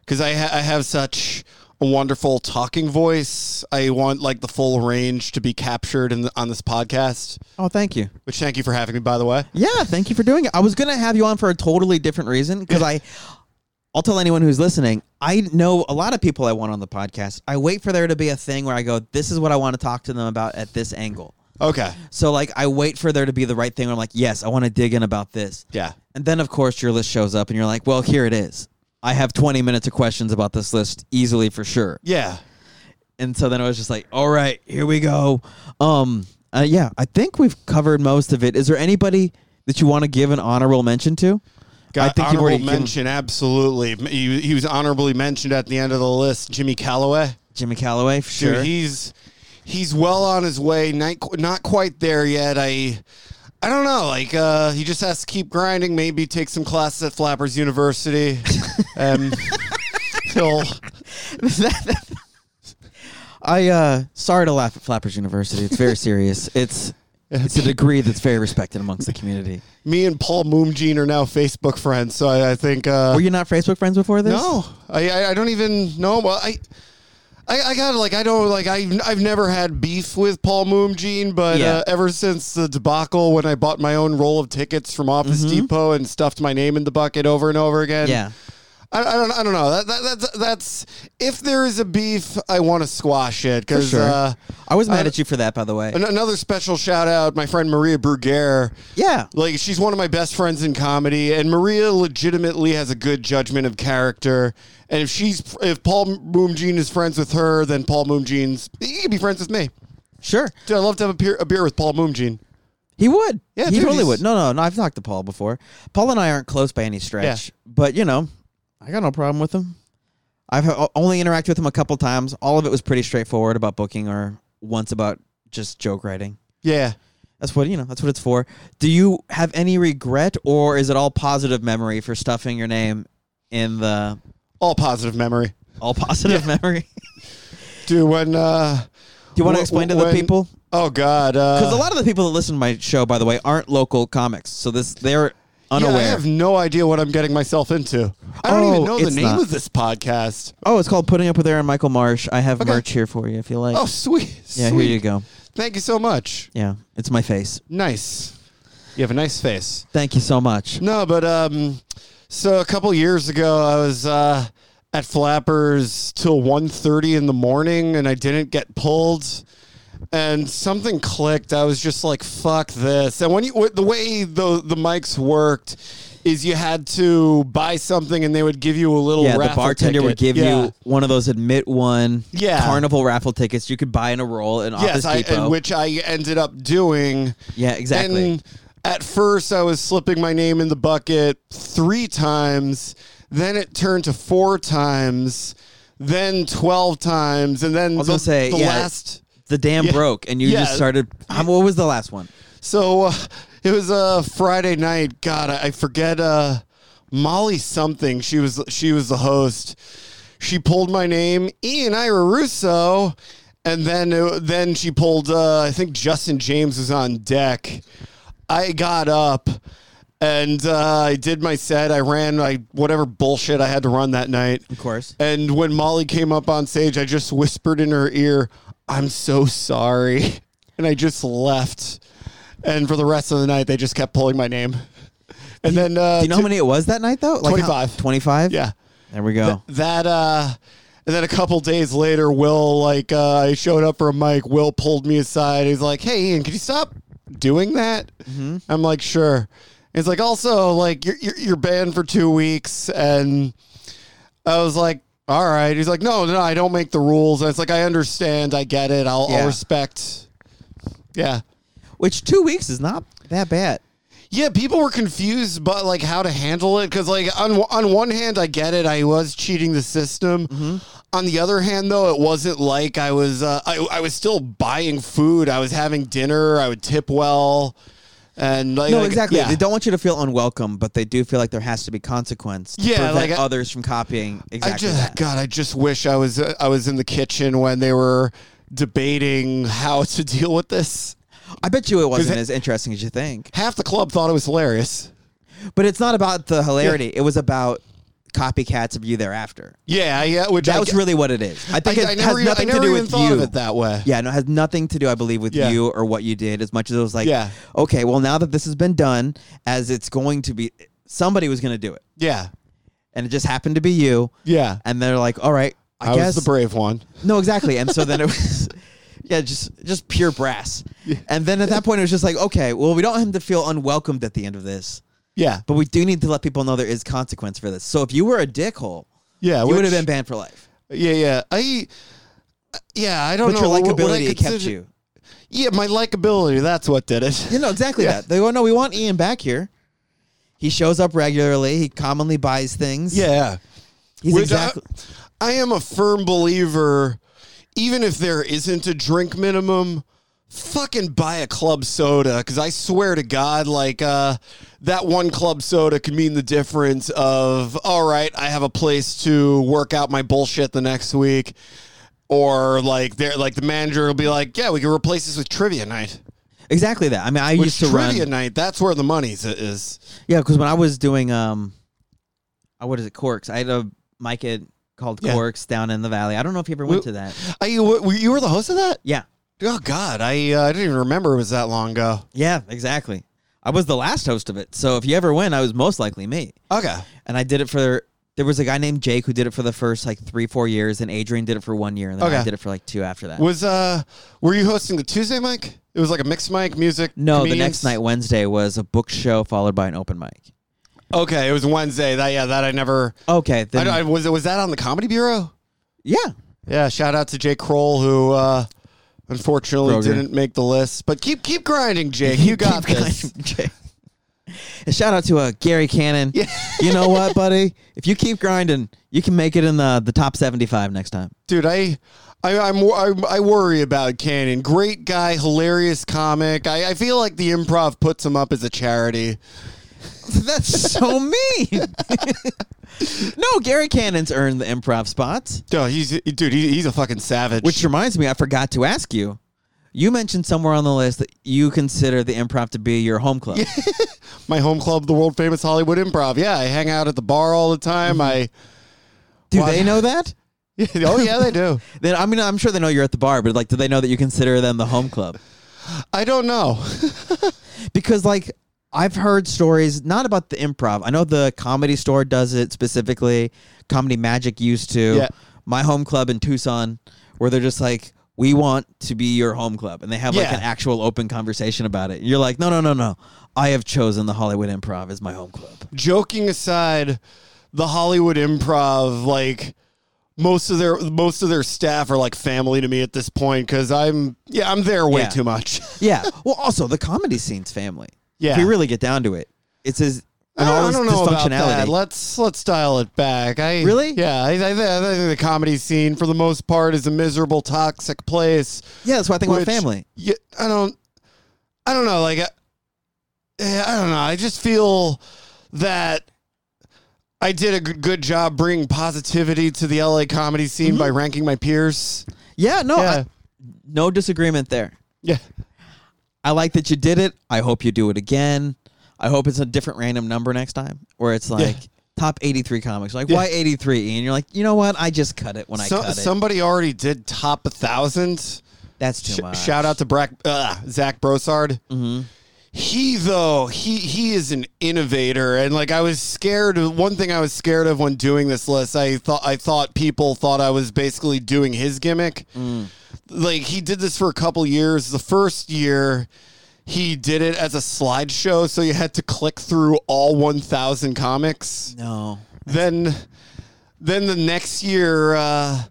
Speaker 2: because I ha- I have such a wonderful talking voice. I want like the full range to be captured in the, on this podcast.
Speaker 1: Oh, thank you.
Speaker 2: Which thank you for having me, by the way.
Speaker 1: Yeah, thank you for doing it. I was gonna have you on for a totally different reason because I, I'll tell anyone who's listening. I know a lot of people I want on the podcast. I wait for there to be a thing where I go, "This is what I want to talk to them about at this angle."
Speaker 2: Okay.
Speaker 1: So like, I wait for there to be the right thing. Where I'm like, "Yes, I want to dig in about this."
Speaker 2: Yeah.
Speaker 1: And then of course your list shows up, and you're like, "Well, here it is. I have 20 minutes of questions about this list easily for sure."
Speaker 2: Yeah.
Speaker 1: and so then I was just like, all right, here we go. Um, uh, yeah, I think we've covered most of it. Is there anybody that you want to give an honorable mention to?
Speaker 2: Got
Speaker 1: I think you've
Speaker 2: honorable
Speaker 1: already given-
Speaker 2: mention. Absolutely. He, he was honorably mentioned at the end of the list. Jimmy Calloway.
Speaker 1: Jimmy Calloway. Sure.
Speaker 2: Dude, he's he's well on his way. Not qu- not quite there yet. I I don't know. Like uh, he just has to keep grinding. Maybe take some classes at Flappers University. um, he'll
Speaker 1: I uh, sorry to laugh at Flappers University. It's very serious. It's it's a degree that's very respected amongst the community.
Speaker 2: me and Paul Moomjean are now Facebook friends. So I, I think. Uh,
Speaker 1: Were you not Facebook friends before this?
Speaker 2: no, I, I I don't even know. Well, I. I, I got like I don't like I I've never had beef with Paul Moomjean, but
Speaker 1: Yeah.
Speaker 2: uh, ever since the debacle when I bought my own roll of tickets from Office Depot and stuffed my name in the bucket over and over again,
Speaker 1: Mm-hmm. Yeah.
Speaker 2: I, I don't. I don't know. That, that, that's that's if there is a beef, I want to squash
Speaker 1: For
Speaker 2: it because
Speaker 1: sure.
Speaker 2: uh,
Speaker 1: I was mad
Speaker 2: I-
Speaker 1: at you for that, by the way.
Speaker 2: an- another special shout out, my friend Maria Bruguere.
Speaker 1: Yeah.
Speaker 2: Like she's one of my best friends in comedy, and Maria legitimately has a good judgment of character. And if she's if Paul Moomjean is friends with her, then Paul Moomjean's he could be friends with me.
Speaker 1: Sure.
Speaker 2: Dude, I'd love to have a beer, a beer with Paul Moomjean.
Speaker 1: He would.
Speaker 2: Yeah,
Speaker 1: he
Speaker 2: dude,
Speaker 1: totally
Speaker 2: he's-
Speaker 1: would. No, no, no. I've talked to Paul before. Paul and I aren't close by any stretch, but you know, I got no problem with him. I've o- only interacted with him a couple times. All of it was pretty straightforward about booking, or once about just joke writing.
Speaker 2: Yeah.
Speaker 1: That's what you know. That's what it's for. Do you have any regret, or is it all positive memory for stuffing your name in the
Speaker 2: All positive memory.
Speaker 1: all positive memory?
Speaker 2: Dude, when uh
Speaker 1: Do you want
Speaker 2: wh-
Speaker 1: to explain to the
Speaker 2: when-
Speaker 1: people?
Speaker 2: Oh god. Uh,
Speaker 1: Because a lot of the people that listen to my show, by the way, aren't local comics, so this they're unaware.
Speaker 2: Yeah, I have no idea what I'm getting myself into. I don't
Speaker 1: Oh,
Speaker 2: even know the
Speaker 1: it's
Speaker 2: name
Speaker 1: not.
Speaker 2: of this podcast.
Speaker 1: Oh, it's called Putting Up with Aaron Michael Marsh. I have merch here for you if you like.
Speaker 2: Oh, sweet.
Speaker 1: yeah,
Speaker 2: sweet.
Speaker 1: here you go.
Speaker 2: Thank you so much.
Speaker 1: Yeah, it's my face.
Speaker 2: Nice. You have a nice face.
Speaker 1: Thank you so much.
Speaker 2: No, but um, so a couple years ago, I was uh, at Flappers till 1.30 in the morning, and I didn't get pulled. And something clicked. I was just like, "Fuck this!" And when you the way the the mics worked is, you had to buy something, and they would give you a little.
Speaker 1: Yeah, the
Speaker 2: raffle
Speaker 1: bartender would
Speaker 2: ticket.
Speaker 1: give
Speaker 2: Yeah.
Speaker 1: you one of those admit one
Speaker 2: Yeah.
Speaker 1: carnival raffle tickets you could buy in a roll in Office
Speaker 2: yes, I,
Speaker 1: Depot.
Speaker 2: and which I ended up doing.
Speaker 1: yeah, exactly.
Speaker 2: And at first, I was slipping my name in the bucket three times. Then it turned to four times. Then twelve times, and then
Speaker 1: was
Speaker 2: the,
Speaker 1: gonna say,
Speaker 2: the
Speaker 1: yeah.
Speaker 2: last.
Speaker 1: the dam
Speaker 2: yeah,
Speaker 1: broke, and you just
Speaker 2: yeah.
Speaker 1: started. Um, what was the last one?
Speaker 2: So uh, it was a uh, Friday night. God, I, I forget. Uh, Molly something. She was she was the host. She pulled my name, Ian Ira Russo, and then then she pulled. Uh, I think Justin James was on deck. I got up and uh, I did my set. I ran I whatever bullshit I had to run that night.
Speaker 1: Of course.
Speaker 2: And when Molly came up on stage, I just whispered in her ear, I'm so sorry. And I just left. And for the rest of the night, they just kept pulling my name. And then, uh,
Speaker 1: Do you know how many it was that night though? Like
Speaker 2: 25.
Speaker 1: Twenty five.
Speaker 2: yeah,
Speaker 1: There we go.
Speaker 2: that, uh, and then a couple days later, Will, like, uh, I showed up for a mic. Will pulled me aside. He's like, Hey, Ian, could you stop doing that? I'm like, Sure. He's like, Also, like, you're, you're, you're banned for two weeks. And, I was like, all right. He's like, no, no, I don't make the rules. And it's like, I understand. I get it. I'll,
Speaker 1: Yeah.
Speaker 2: I'll respect. Yeah.
Speaker 1: Which two weeks is not that bad.
Speaker 2: Yeah, people were confused, but like how to handle it because, like, on on one hand, I get it. I was cheating the system.
Speaker 1: Mm-hmm.
Speaker 2: On the other hand, though, it wasn't like I was. Uh, I I was still buying food. I was having dinner. I would tip well, and like,
Speaker 1: No,
Speaker 2: like,
Speaker 1: exactly.
Speaker 2: yeah.
Speaker 1: They don't want you to feel unwelcome, but they do feel like there has to be consequence. To
Speaker 2: Yeah,
Speaker 1: prevent
Speaker 2: like I-
Speaker 1: others from copying
Speaker 2: I
Speaker 1: exactly
Speaker 2: just
Speaker 1: that.
Speaker 2: God, I just wish I was uh, I was in the kitchen when they were debating how to deal with this.
Speaker 1: I bet you it wasn't
Speaker 2: it-
Speaker 1: as interesting as you think.
Speaker 2: half the club thought it was hilarious.
Speaker 1: But it's not about the hilarity. It was about copycats of you thereafter.
Speaker 2: Yeah, yeah. Which
Speaker 1: That
Speaker 2: I,
Speaker 1: was really what it is. I think
Speaker 2: I,
Speaker 1: it
Speaker 2: I
Speaker 1: has
Speaker 2: never, even- I
Speaker 1: nothing
Speaker 2: never
Speaker 1: to do
Speaker 2: even
Speaker 1: with
Speaker 2: thought
Speaker 1: you.
Speaker 2: of it that way.
Speaker 1: Yeah, no, it has nothing to do, I believe, with
Speaker 2: Yeah.
Speaker 1: you or what you did, as much as it was like,
Speaker 2: Yeah.
Speaker 1: okay, well, now that this has been done, as it's going to be, somebody was going to do it.
Speaker 2: yeah,
Speaker 1: And it just happened to be you.
Speaker 2: yeah.
Speaker 1: And they're like, all right, I,
Speaker 2: I,
Speaker 1: guess.
Speaker 2: was the brave one.
Speaker 1: No, exactly. And so then it was, yeah, just just pure brass. And then at that point, it was just like, okay, well, we don't want him to feel unwelcomed at the end of this,
Speaker 2: Yeah,
Speaker 1: but we do need to let people know there is consequence for this. So if you were a dickhole,
Speaker 2: yeah.
Speaker 1: you would have
Speaker 2: which-
Speaker 1: been banned for life.
Speaker 2: Yeah, yeah. I. Yeah, I
Speaker 1: But
Speaker 2: don't know.
Speaker 1: your
Speaker 2: Would- would I
Speaker 1: likability it kept
Speaker 2: consider-
Speaker 1: you.
Speaker 2: Yeah, my likability. That's what did it.
Speaker 1: You know exactly
Speaker 2: Yeah.
Speaker 1: that. They go, no, we want Ian back here. He shows up regularly. He commonly buys things.
Speaker 2: Yeah.
Speaker 1: he's
Speaker 2: Which
Speaker 1: exactly.
Speaker 2: I, I am a firm believer, even if there isn't a drink minimum, fucking buy a club soda. Because I swear to God, like, uh, that one club soda can mean the difference of, all right, I have a place to work out my bullshit the next week. Or like there, like the manager will be like, "Yeah, we can replace this with trivia night."
Speaker 1: Exactly that. I mean, I
Speaker 2: Which
Speaker 1: used to run.
Speaker 2: trivia night, that's where the money's is.
Speaker 1: Yeah, because when I was doing um, oh, what is it, Corks? I had a mic at, called
Speaker 2: Yeah.
Speaker 1: Corks down in the valley. I don't know if you ever went to that.
Speaker 2: Are you were you were the host of that?
Speaker 1: Yeah,
Speaker 2: Oh God, I uh, I didn't even remember it was that long ago.
Speaker 1: yeah, exactly. I was the last host of it, so if you ever win, I was most likely me.
Speaker 2: Okay.
Speaker 1: And I did it for there was a guy named Jake who did it for the first like three, four years, and Adrian did it for one year, and then I
Speaker 2: Okay.
Speaker 1: did it for like two after that.
Speaker 2: Was uh were you hosting the Tuesday mic? It was like a mixed mic, music.
Speaker 1: no, the
Speaker 2: comedians?
Speaker 1: next night Wednesday was a book show followed by an open mic.
Speaker 2: Okay, it was Wednesday. That yeah, that I never.
Speaker 1: Okay, then
Speaker 2: I, I was was that on the Comedy Bureau?
Speaker 1: yeah,
Speaker 2: Yeah. Shout out to Jake Kroll who uh unfortunately
Speaker 1: Kroger.
Speaker 2: didn't make the list. But keep keep grinding, Jake. You got
Speaker 1: Keep
Speaker 2: this.
Speaker 1: grinding, Jake. And shout out to uh, Gary Cannon. you know what, buddy? If you keep grinding, you can make it in the the top seventy five next time.
Speaker 2: dude i I, I'm, I'm, I worry about Cannon. Great guy, hilarious comic. I, I feel like the improv puts him up as a charity.
Speaker 1: That's so mean. no, Gary Cannon's earned the improv spots.
Speaker 2: No, he's dude. He, he's a fucking savage.
Speaker 1: Which reminds me, I forgot to ask you. You mentioned somewhere on the list that you consider the improv to be your home club.
Speaker 2: my home club, the world famous Hollywood Improv. Yeah, I hang out at the bar all the time. I
Speaker 1: Mm-hmm. Do
Speaker 2: Why-
Speaker 1: they know that?
Speaker 2: oh yeah, they do.
Speaker 1: Then I mean, I'm sure they know you're at the bar, but like, do they know that you consider them the home club?
Speaker 2: I don't know.
Speaker 1: because like I've heard stories not about the improv. I know the comedy store does it specifically. Comedy Magic used to.
Speaker 2: Yeah.
Speaker 1: My home club in Tucson, where they're just like, we want to be your home club, and they have like
Speaker 2: Yeah.
Speaker 1: an actual open conversation about it. You're like, no, no, no, no. I have chosen the Hollywood Improv as my home club.
Speaker 2: Joking aside, the Hollywood Improv, like most of their most of their staff are like family to me at this point because I'm yeah I'm there way
Speaker 1: Yeah.
Speaker 2: too much.
Speaker 1: Yeah. well, also the comedy scene's family.
Speaker 2: Yeah.
Speaker 1: If you really get down to it, it's as
Speaker 2: I
Speaker 1: and
Speaker 2: don't,
Speaker 1: all
Speaker 2: I
Speaker 1: this
Speaker 2: don't know about
Speaker 1: dysfunctionality.
Speaker 2: that. Let's let's dial it back. I
Speaker 1: Really?
Speaker 2: yeah. I, I, I think the comedy scene for the most part is a miserable, toxic place.
Speaker 1: yeah, that's why I think
Speaker 2: Which-
Speaker 1: about family.
Speaker 2: Yeah, I don't. I eh, don't know. Like, I, yeah, I don't know. I just feel that I did a good, good job bringing positivity to the LA comedy scene by ranking my peers.
Speaker 1: Yeah, no,
Speaker 2: Yeah.
Speaker 1: Oh, I, no disagreement there.
Speaker 2: Yeah.
Speaker 1: I like that you did it. I hope you do it again. I hope it's a different random number next time where it's like top 83 comics. Like, why 83? And you're like, you know what? I just cut it when I
Speaker 2: So,
Speaker 1: cut it.
Speaker 2: somebody already did top a thousand.
Speaker 1: That's too
Speaker 2: Sh-
Speaker 1: much.
Speaker 2: shout out to Brack, uh, Zach Brosard. He though he he is an innovator, and like I was scared. One thing I was scared of when doing this list, I thought I thought people thought I was basically doing his gimmick. Like he did this for a couple years. The first year. He did it as a slideshow, so you had to click through all 1,000 comics
Speaker 1: No.
Speaker 2: then then the next year uh,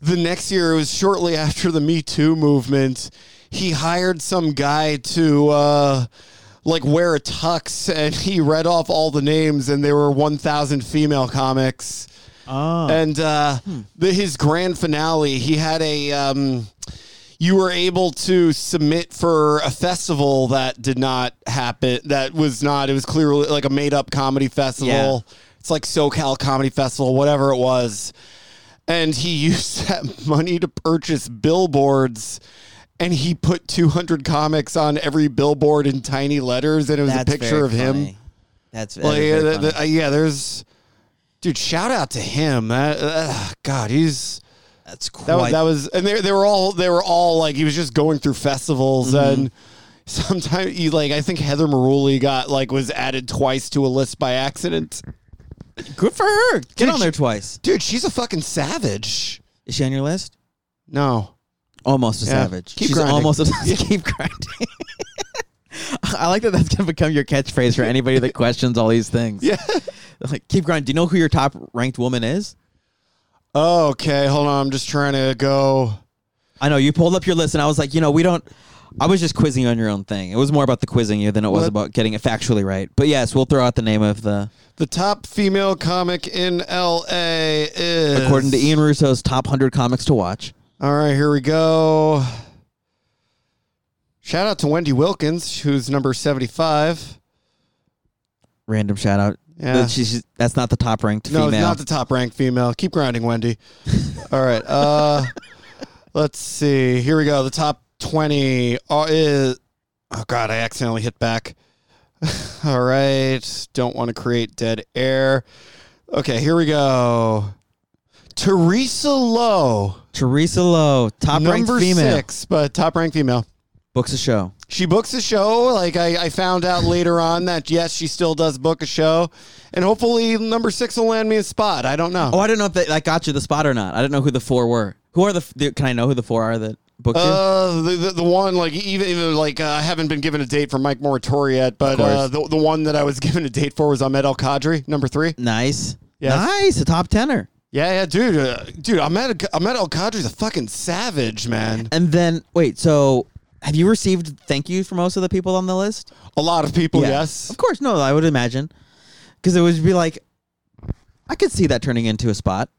Speaker 2: the next year it was shortly after the me too movement he hired some guy to uh, like wear a tux and he read off all the names and there were 1000 female comics
Speaker 1: Oh.
Speaker 2: and uh, the, his grand finale, he had a. Um, you were able to submit for a festival that did not happen. That was not. It was clearly like a made up comedy festival. It's like SoCal Comedy Festival, whatever it was. And he used that money to purchase billboards. And he put 200 comics on every billboard in tiny letters, and it was
Speaker 1: That's
Speaker 2: a picture
Speaker 1: very
Speaker 2: of him.
Speaker 1: funny. That's, that is
Speaker 2: Well, yeah,
Speaker 1: very
Speaker 2: the,
Speaker 1: funny.
Speaker 2: the, uh, yeah, there's, dude. Shout out to him. That, uh, God, he's
Speaker 1: that's quite.
Speaker 2: that, was that was, and they they were all they were all like he was just going through festivals and sometimes you like I think Heather Maruli got like was added twice to a list by accident.
Speaker 1: good for her. Get
Speaker 2: Dude,
Speaker 1: on there
Speaker 2: she-
Speaker 1: twice.
Speaker 2: Dude, she's a fucking savage.
Speaker 1: Is she on your list?
Speaker 2: No,
Speaker 1: Almost a
Speaker 2: Yeah.
Speaker 1: savage.
Speaker 2: Keep
Speaker 1: She's
Speaker 2: grinding.
Speaker 1: almost a keep grinding. I like that. That's gonna become your catchphrase for anybody that questions all these things.
Speaker 2: yeah.
Speaker 1: Like, keep grinding. Do you know who your top ranked woman is?
Speaker 2: Oh, okay, hold on. I'm just trying to go.
Speaker 1: I know you pulled up your list, and I was like, you know, we don't. I was just quizzing you on your own thing. It was more about the quizzing you than it was
Speaker 2: What?
Speaker 1: about getting it factually right. But yes, we'll throw out the name of the
Speaker 2: The top female comic in L.A. is
Speaker 1: according to Ian Russo's top hundred comics to watch.
Speaker 2: All right, here we go. Shout out to Wendy Wilkins, who's number 75.
Speaker 1: Random shout out.
Speaker 2: Yeah.
Speaker 1: She's- she's- that's not the top ranked
Speaker 2: No,
Speaker 1: female.
Speaker 2: it's not the top ranked female. Keep grinding, Wendy. All right. Uh, let's see. Here we go. The top 20 are, is. Oh, God, I accidentally hit back. All right. Don't want to create dead air. Okay, here we go. Teresa Lowe,
Speaker 1: Teresa Lowe, top ranked
Speaker 2: number
Speaker 1: female,
Speaker 2: six, but top ranked female.
Speaker 1: books a show.
Speaker 2: she books a show. Like I, I found out later on that yes, she still does book a show, and hopefully number six will land me a spot. I don't
Speaker 1: Oh,
Speaker 2: know.
Speaker 1: I don't know if that, that got you the spot or not. I don't know who the four were. Who are the? f- do- Can I know who the four are that booked you?
Speaker 2: Uh, the, the the one like even, even like uh, I haven't been given a date for Mike Moratori yet, but
Speaker 1: Of course.
Speaker 2: uh, the the one that I was given a date for was Ahmed El Kadri, number three.
Speaker 1: Nice,
Speaker 2: Yes.
Speaker 1: nice, a top tenner.
Speaker 2: Yeah, yeah, dude, uh, dude, Ahmed Ahmed El Kadri's a fucking savage, man.
Speaker 1: And then wait, so have you received thank you from most of the people on the list?
Speaker 2: A lot of people,
Speaker 1: Yeah.
Speaker 2: yes.
Speaker 1: Of course, no, I would imagine because it would be like, I could see that turning into a spot.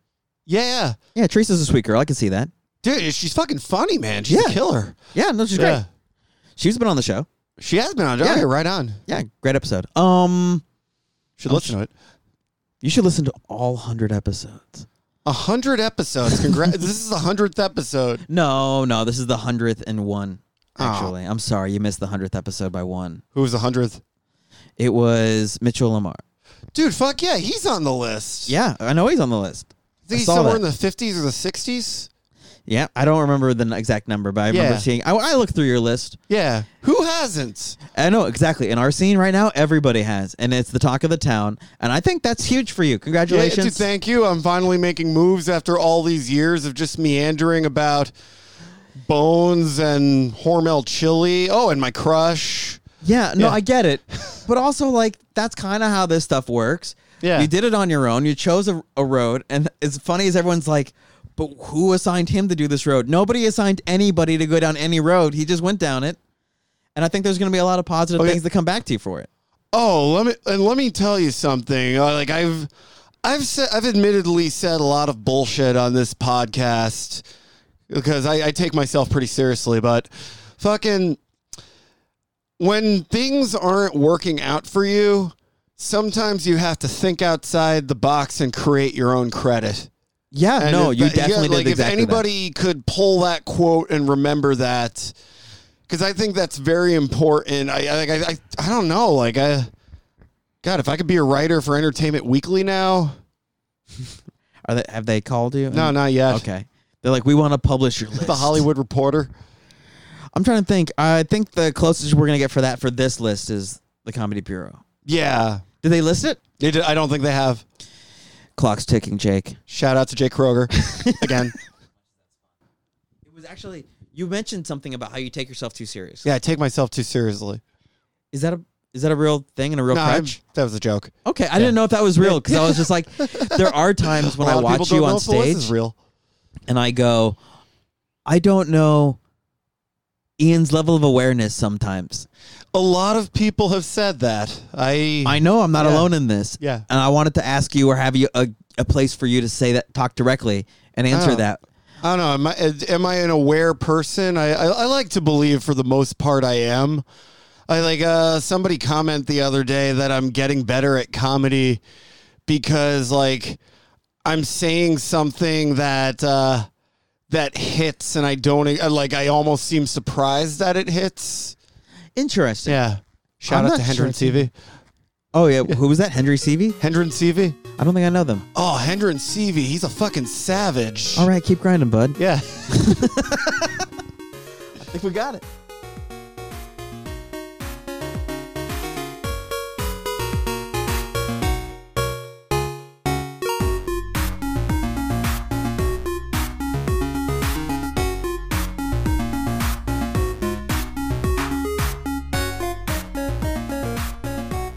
Speaker 2: Yeah, yeah,
Speaker 1: Yeah, Teresa's a sweet girl. I can see that.
Speaker 2: dude, she's fucking funny, man. She's a
Speaker 1: Yeah.
Speaker 2: killer.
Speaker 1: Yeah, no, she's
Speaker 2: Yeah,
Speaker 1: great. She's been on the show.
Speaker 2: she has been on.
Speaker 1: Yeah.
Speaker 2: Okay, right on.
Speaker 1: Yeah, great episode. Um,
Speaker 2: Should listen to it.
Speaker 1: you should listen to all hundred episodes.
Speaker 2: A hundred episodes. Congrats! this is the hundredth episode.
Speaker 1: No, no, this is the hundredth and one.
Speaker 2: Oh.
Speaker 1: Actually, I'm sorry, you missed the hundredth episode by one.
Speaker 2: Who was the hundredth?
Speaker 1: It was Mitchell Lamar.
Speaker 2: Dude, fuck yeah, he's on the list.
Speaker 1: Yeah, I know he's on the list.
Speaker 2: I
Speaker 1: I
Speaker 2: think he's
Speaker 1: saw
Speaker 2: somewhere
Speaker 1: that.
Speaker 2: in the fifties or the sixties.
Speaker 1: Yeah, I don't remember the n- exact number, but I remember
Speaker 2: Yeah.
Speaker 1: seeing. I, I looked through your list.
Speaker 2: Yeah. Who hasn't?
Speaker 1: I know exactly. In our scene right now, everybody has, and it's the talk of the town. And I think that's huge for you.
Speaker 2: Yeah,
Speaker 1: Congratulations.
Speaker 2: dude, thank you. I'm finally making moves after all these years of just meandering about bones and Hormel chili. Oh, and my crush.
Speaker 1: Yeah, no,
Speaker 2: Yeah.
Speaker 1: I get it. But also, like, that's kind of how this stuff works.
Speaker 2: Yeah.
Speaker 1: You did it on your own. You chose a, a road. And as funny as everyone's like, but who assigned him to do this road? Nobody assigned anybody to go down any road. He just went down it. And I think there's going to be a lot of positive
Speaker 2: Okay.
Speaker 1: things that come back to you for it.
Speaker 2: Oh, let me and let me tell you something. Uh, like I've I've said I've admittedly said a lot of bullshit on this podcast because I, I take myself pretty seriously, but fucking when things aren't working out for you, sometimes you have to think outside the box and create your own credit.
Speaker 3: Yeah,
Speaker 2: And
Speaker 3: no,
Speaker 2: if
Speaker 3: you
Speaker 2: that- yeah,
Speaker 3: definitely
Speaker 2: like
Speaker 3: did
Speaker 2: if
Speaker 3: exactly that.
Speaker 2: anybody could pull that quote and remember that, because I think that's very important. I, I, I, I, I don't know. Like, I, God, if I could be a writer for Entertainment Weekly now,
Speaker 3: Are they, have they called you?
Speaker 2: no, not yet.
Speaker 3: Mm. Okay. They're like, we want to publish your list.
Speaker 2: The Hollywood Reporter.
Speaker 3: I'm trying to think. I think the closest we're gonna get for that for this list is the Comedy Bureau.
Speaker 2: Yeah,
Speaker 3: Did they list it?
Speaker 2: They did- I don't think they have.
Speaker 3: Clock's ticking, Jake.
Speaker 2: Shout out to Jay Kroger again.
Speaker 3: It was actually you mentioned something about how you take yourself too seriously.
Speaker 2: Yeah, I take myself too seriously.
Speaker 3: Is that a is that a real thing and a real
Speaker 2: No, I'm-
Speaker 3: crutch?
Speaker 2: that was a joke.
Speaker 3: Okay, I didn't know if that was real because I was just like, there are times when
Speaker 2: A
Speaker 3: I
Speaker 2: lot of people
Speaker 3: watch
Speaker 2: don't
Speaker 3: you
Speaker 2: know
Speaker 3: on
Speaker 2: if the list is
Speaker 3: stage
Speaker 2: real.
Speaker 3: and I go, I don't know Ian's level of awareness sometimes.
Speaker 2: A lot of people have said that. I,
Speaker 3: I know I'm not
Speaker 2: Yeah.
Speaker 3: alone in this.
Speaker 2: Yeah.
Speaker 3: And I wanted to ask you or have you a, a place for you to say that, talk directly and answer
Speaker 2: Oh.
Speaker 3: that.
Speaker 2: I don't know. Am I, am I an aware person? I, I, I like to believe for the most part I am. I like uh, somebody comment the other day that I'm getting better at comedy because like I'm saying something that uh, that hits and I don't uh, like I almost seem surprised that it hits.
Speaker 3: Interesting.
Speaker 2: Yeah. Shout
Speaker 3: I'm
Speaker 2: out
Speaker 3: not
Speaker 2: to Hendron
Speaker 3: sure.
Speaker 2: CV.
Speaker 3: Oh, yeah. Who was that? Henry Seavey?
Speaker 2: Hendron CV.
Speaker 3: I don't think I know them.
Speaker 2: Oh, Hendron CV. He's a fucking savage.
Speaker 3: All right, keep grinding, bud.
Speaker 2: Yeah.
Speaker 3: I think we got it.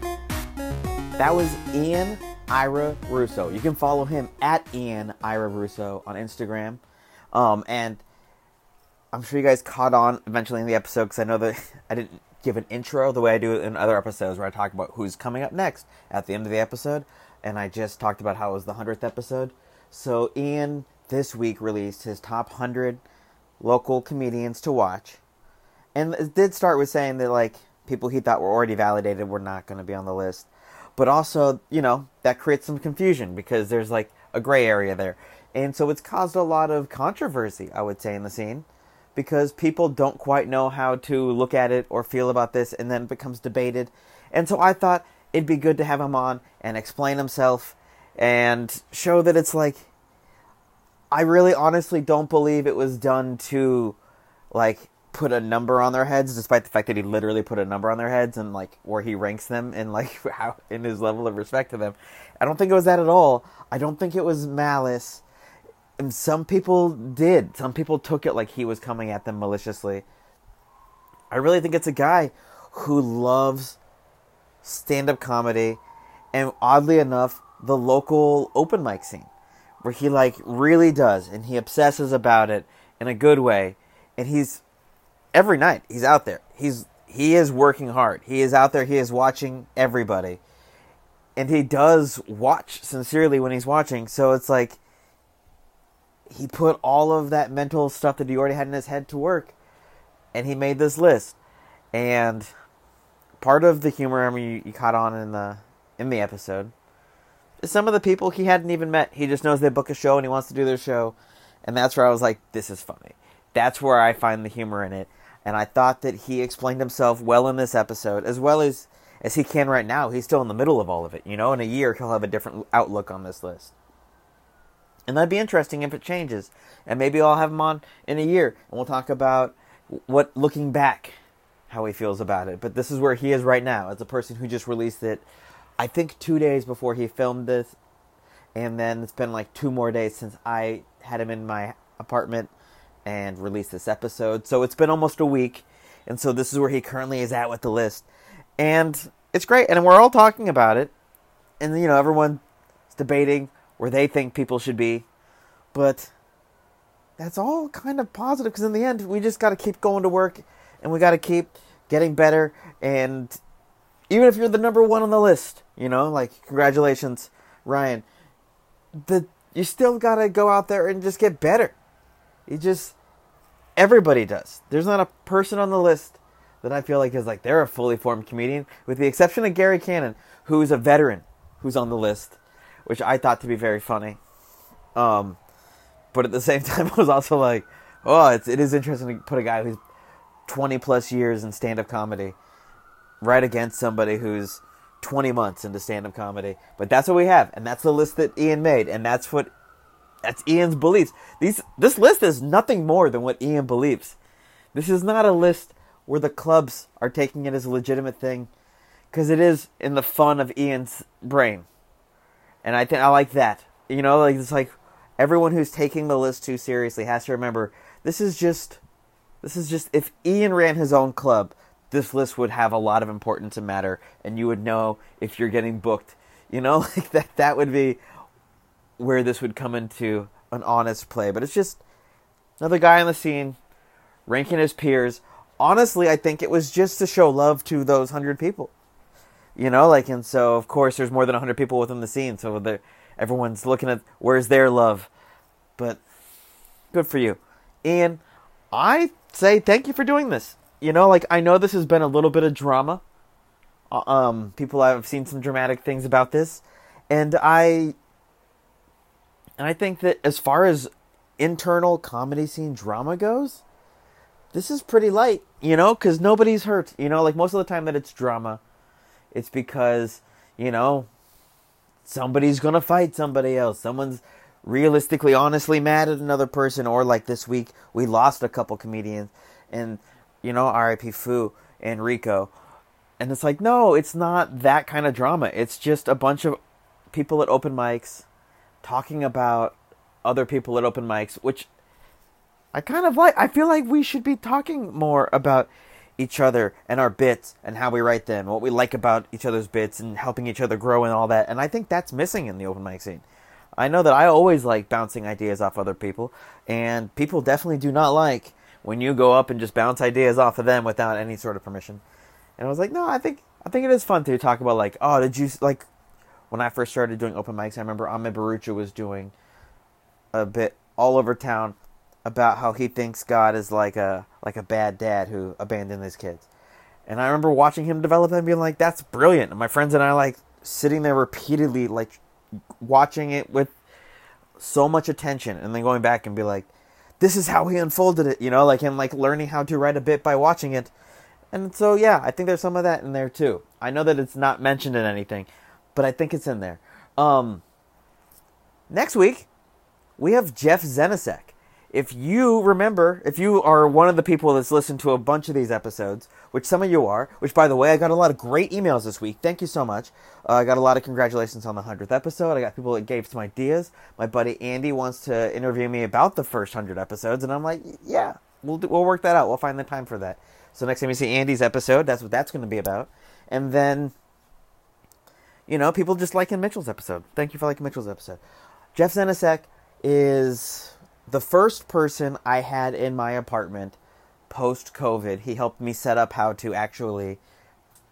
Speaker 1: That was Ian Ira Russo. You can follow him at Ian Ira Russo on Instagram. Um, and I'm sure you guys caught on eventually in the episode because I know that I didn't give an intro the way I do it in other episodes where I talk about who's coming up next at the end of the episode. And I just talked about how it was the 100th episode. So Ian this week released his top 100 local comedians to watch and it did start with saying that like people he thought were already validated were not going to be on the list but also you know that creates some confusion because there's like a gray area there and so it's caused a lot of controversy i would say in the scene because people don't quite know how to look at it or feel about this and then it becomes debated and so i thought it'd be good to have him on and explain himself and show that it's like I really honestly don't believe it was done to like put a number on their heads despite the fact that he literally put a number on their heads and like where he ranks them and like how in his level of respect to them. I don't think it was that at all. I don't think it was malice. And some people did. Some people took it like he was coming at them maliciously. I really think it's a guy who loves stand up comedy and oddly enough, the local open mic scene where he like really does and he obsesses about it in a good way and he's every night he's out there he's he is working hard he is out there he is watching everybody and he does watch sincerely when he's watching so it's like he put all of that mental stuff that he already had in his head to work and he made this list and part of the humor i mean you, you caught on in the in the episode some of the people he hadn't even met. He just knows they book a show and he wants to do their show. And that's where I was like, this is funny. That's where I find the humor in it. And I thought that he explained himself well in this episode, as well as, as he can right now. He's still in the middle of all of it. You know, in a year, he'll have a different outlook on this list. And that'd be interesting if it changes. And maybe I'll have him on in a year and we'll talk about what looking back, how he feels about it. But this is where he is right now as a person who just released it, I think two days before he filmed this. And then it's been like two more days since I had him in my apartment and released this episode. So it's been almost a week. And so this is where he currently is at with the list. And it's great. And we're all talking about it and you know everyone's debating where they think people should be, but that's all kind of positive because in the end we just got to keep going to work and we got to keep getting better and even if you're the number one on the list, you know, like congratulations, Ryan. The you still got to go out there and just get better. You just everybody does. There's not a person on the list that I feel like is like they're a fully formed comedian, with the exception of Gary Cannon, who's a veteran, who's on the list, which I thought to be very funny. Um, but at the same time, I was also like, oh, it's, it is interesting to put a guy who's 20 plus years in stand up comedy right against somebody who's 20 months into stand up comedy. But that's what we have, and that's the list that Ian made, and that's what that's Ian's beliefs. These this list is nothing more than what Ian believes. This is not a list where the clubs are taking it as a legitimate thing because it is in the fun of Ian's brain. And I think I like that. You know, like it's like everyone who's taking the list too seriously has to remember this is just this is just if Ian ran his own club, this list would have a lot of importance and matter and you would know if you're getting booked. You know, like that that would be where this would come into an honest play, but it's just another guy on the scene ranking his peers. Honestly, I think it was just to show love to those 100 people. You know, like, and so, of course, there's more than 100 people within the scene, so they're- everyone's looking at where's their love. But good for you. Ian, I say thank you for doing this. You know, like, I know this has been a little bit of drama. Uh, Um, people have seen some dramatic things about this, and I and I think that as far as internal comedy scene drama goes, this is pretty light, you know, because nobody's hurt. You know, like most of the time that it's drama, it's because, you know, somebody's going to fight somebody else. Someone's realistically, honestly mad at another person, or like this week, we lost a couple comedians, and, you know, RIP Fu and Rico. And it's like, no, it's not that kind of drama. It's just a bunch of people at open mics talking about other people at open mics, which I kind of like. I feel like we should be talking more about each other and our bits and how we write them, what we like about each other's bits and helping each other grow and all that. And I think that's missing in the open mic scene. I know that I always like bouncing ideas off other people, and people definitely do not like when you go up and just bounce ideas off of them without any sort of permission. And I was like, no, I think I think it is fun to talk about like, oh, did you s- like when I first started doing open mics, I remember Ahmed Barucha was doing a bit all over town about how he thinks God is like a like a bad dad who abandoned his kids. And I remember watching him develop that and being like, that's brilliant. And my friends and I like sitting there repeatedly like watching it with so much attention and then going back and be like, this is how he unfolded it, you know, like and like learning how to write a bit by watching it. And so yeah, I think there's some of that in there too. I know that it's not mentioned in anything, but I think it's in there. Um next week we have Jeff Zenisek. If you remember, if you are one of the people that's listened to a bunch of these episodes, which some of you are, which by the way, I got a lot of great emails this week. Thank you so much. Uh, I got a lot of congratulations on the 100th episode. I got people that gave some ideas. My buddy Andy wants to interview me about the first 100 episodes, and I'm like, yeah, we'll, do, we'll work that out. We'll find the time for that. So next time you see Andy's episode, that's what that's going to be about. And then you know, people just liking Mitchell's episode. Thank you for liking Mitchell's episode. Jeff Zanisek is the first person I had in my apartment post COVID. He helped me set up how to actually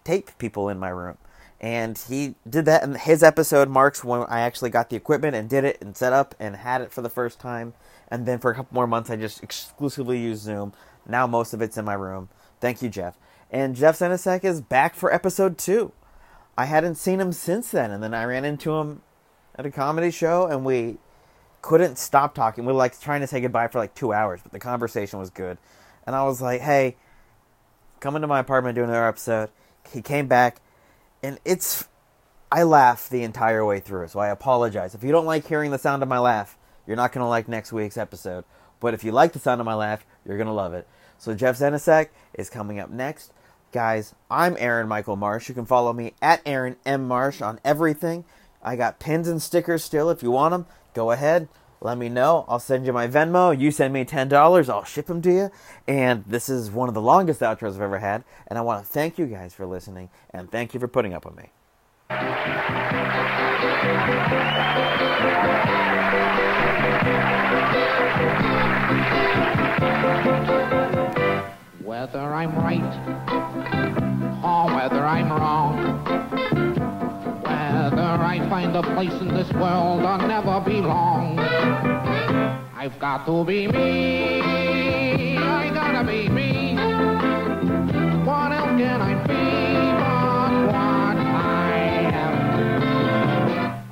Speaker 1: tape people in my room. And he did that, and his episode marks when I actually got the equipment and did it and set up and had it for the first time. And then for a couple more months, I just exclusively used Zoom. Now most of it's in my room. Thank you, Jeff. And Jeff Zanisek is back for episode two. I hadn't seen him since then, and then I ran into him at a comedy show, and we couldn't stop talking. We were like trying to say goodbye for like two hours, but the conversation was good. And I was like, "Hey, come into my apartment, do another episode." He came back, and it's I laugh the entire way through, so I apologize if you don't like hearing the sound of my laugh. You're not gonna like next week's episode, but if you like the sound of my laugh, you're gonna love it. So Jeff Zanisek is coming up next. Guys, I'm Aaron Michael Marsh. You can follow me at Aaron M. Marsh on everything. I got pins and stickers still. If you want them, go ahead. Let me know. I'll send you my Venmo. You send me $10. I'll ship them to you. And this is one of the longest outros I've ever had. And I want to thank you guys for listening. And thank you for putting up with me.
Speaker 4: Whether I'm right or whether I'm wrong, whether I find a place in this world I'll never belong, I've got to be me.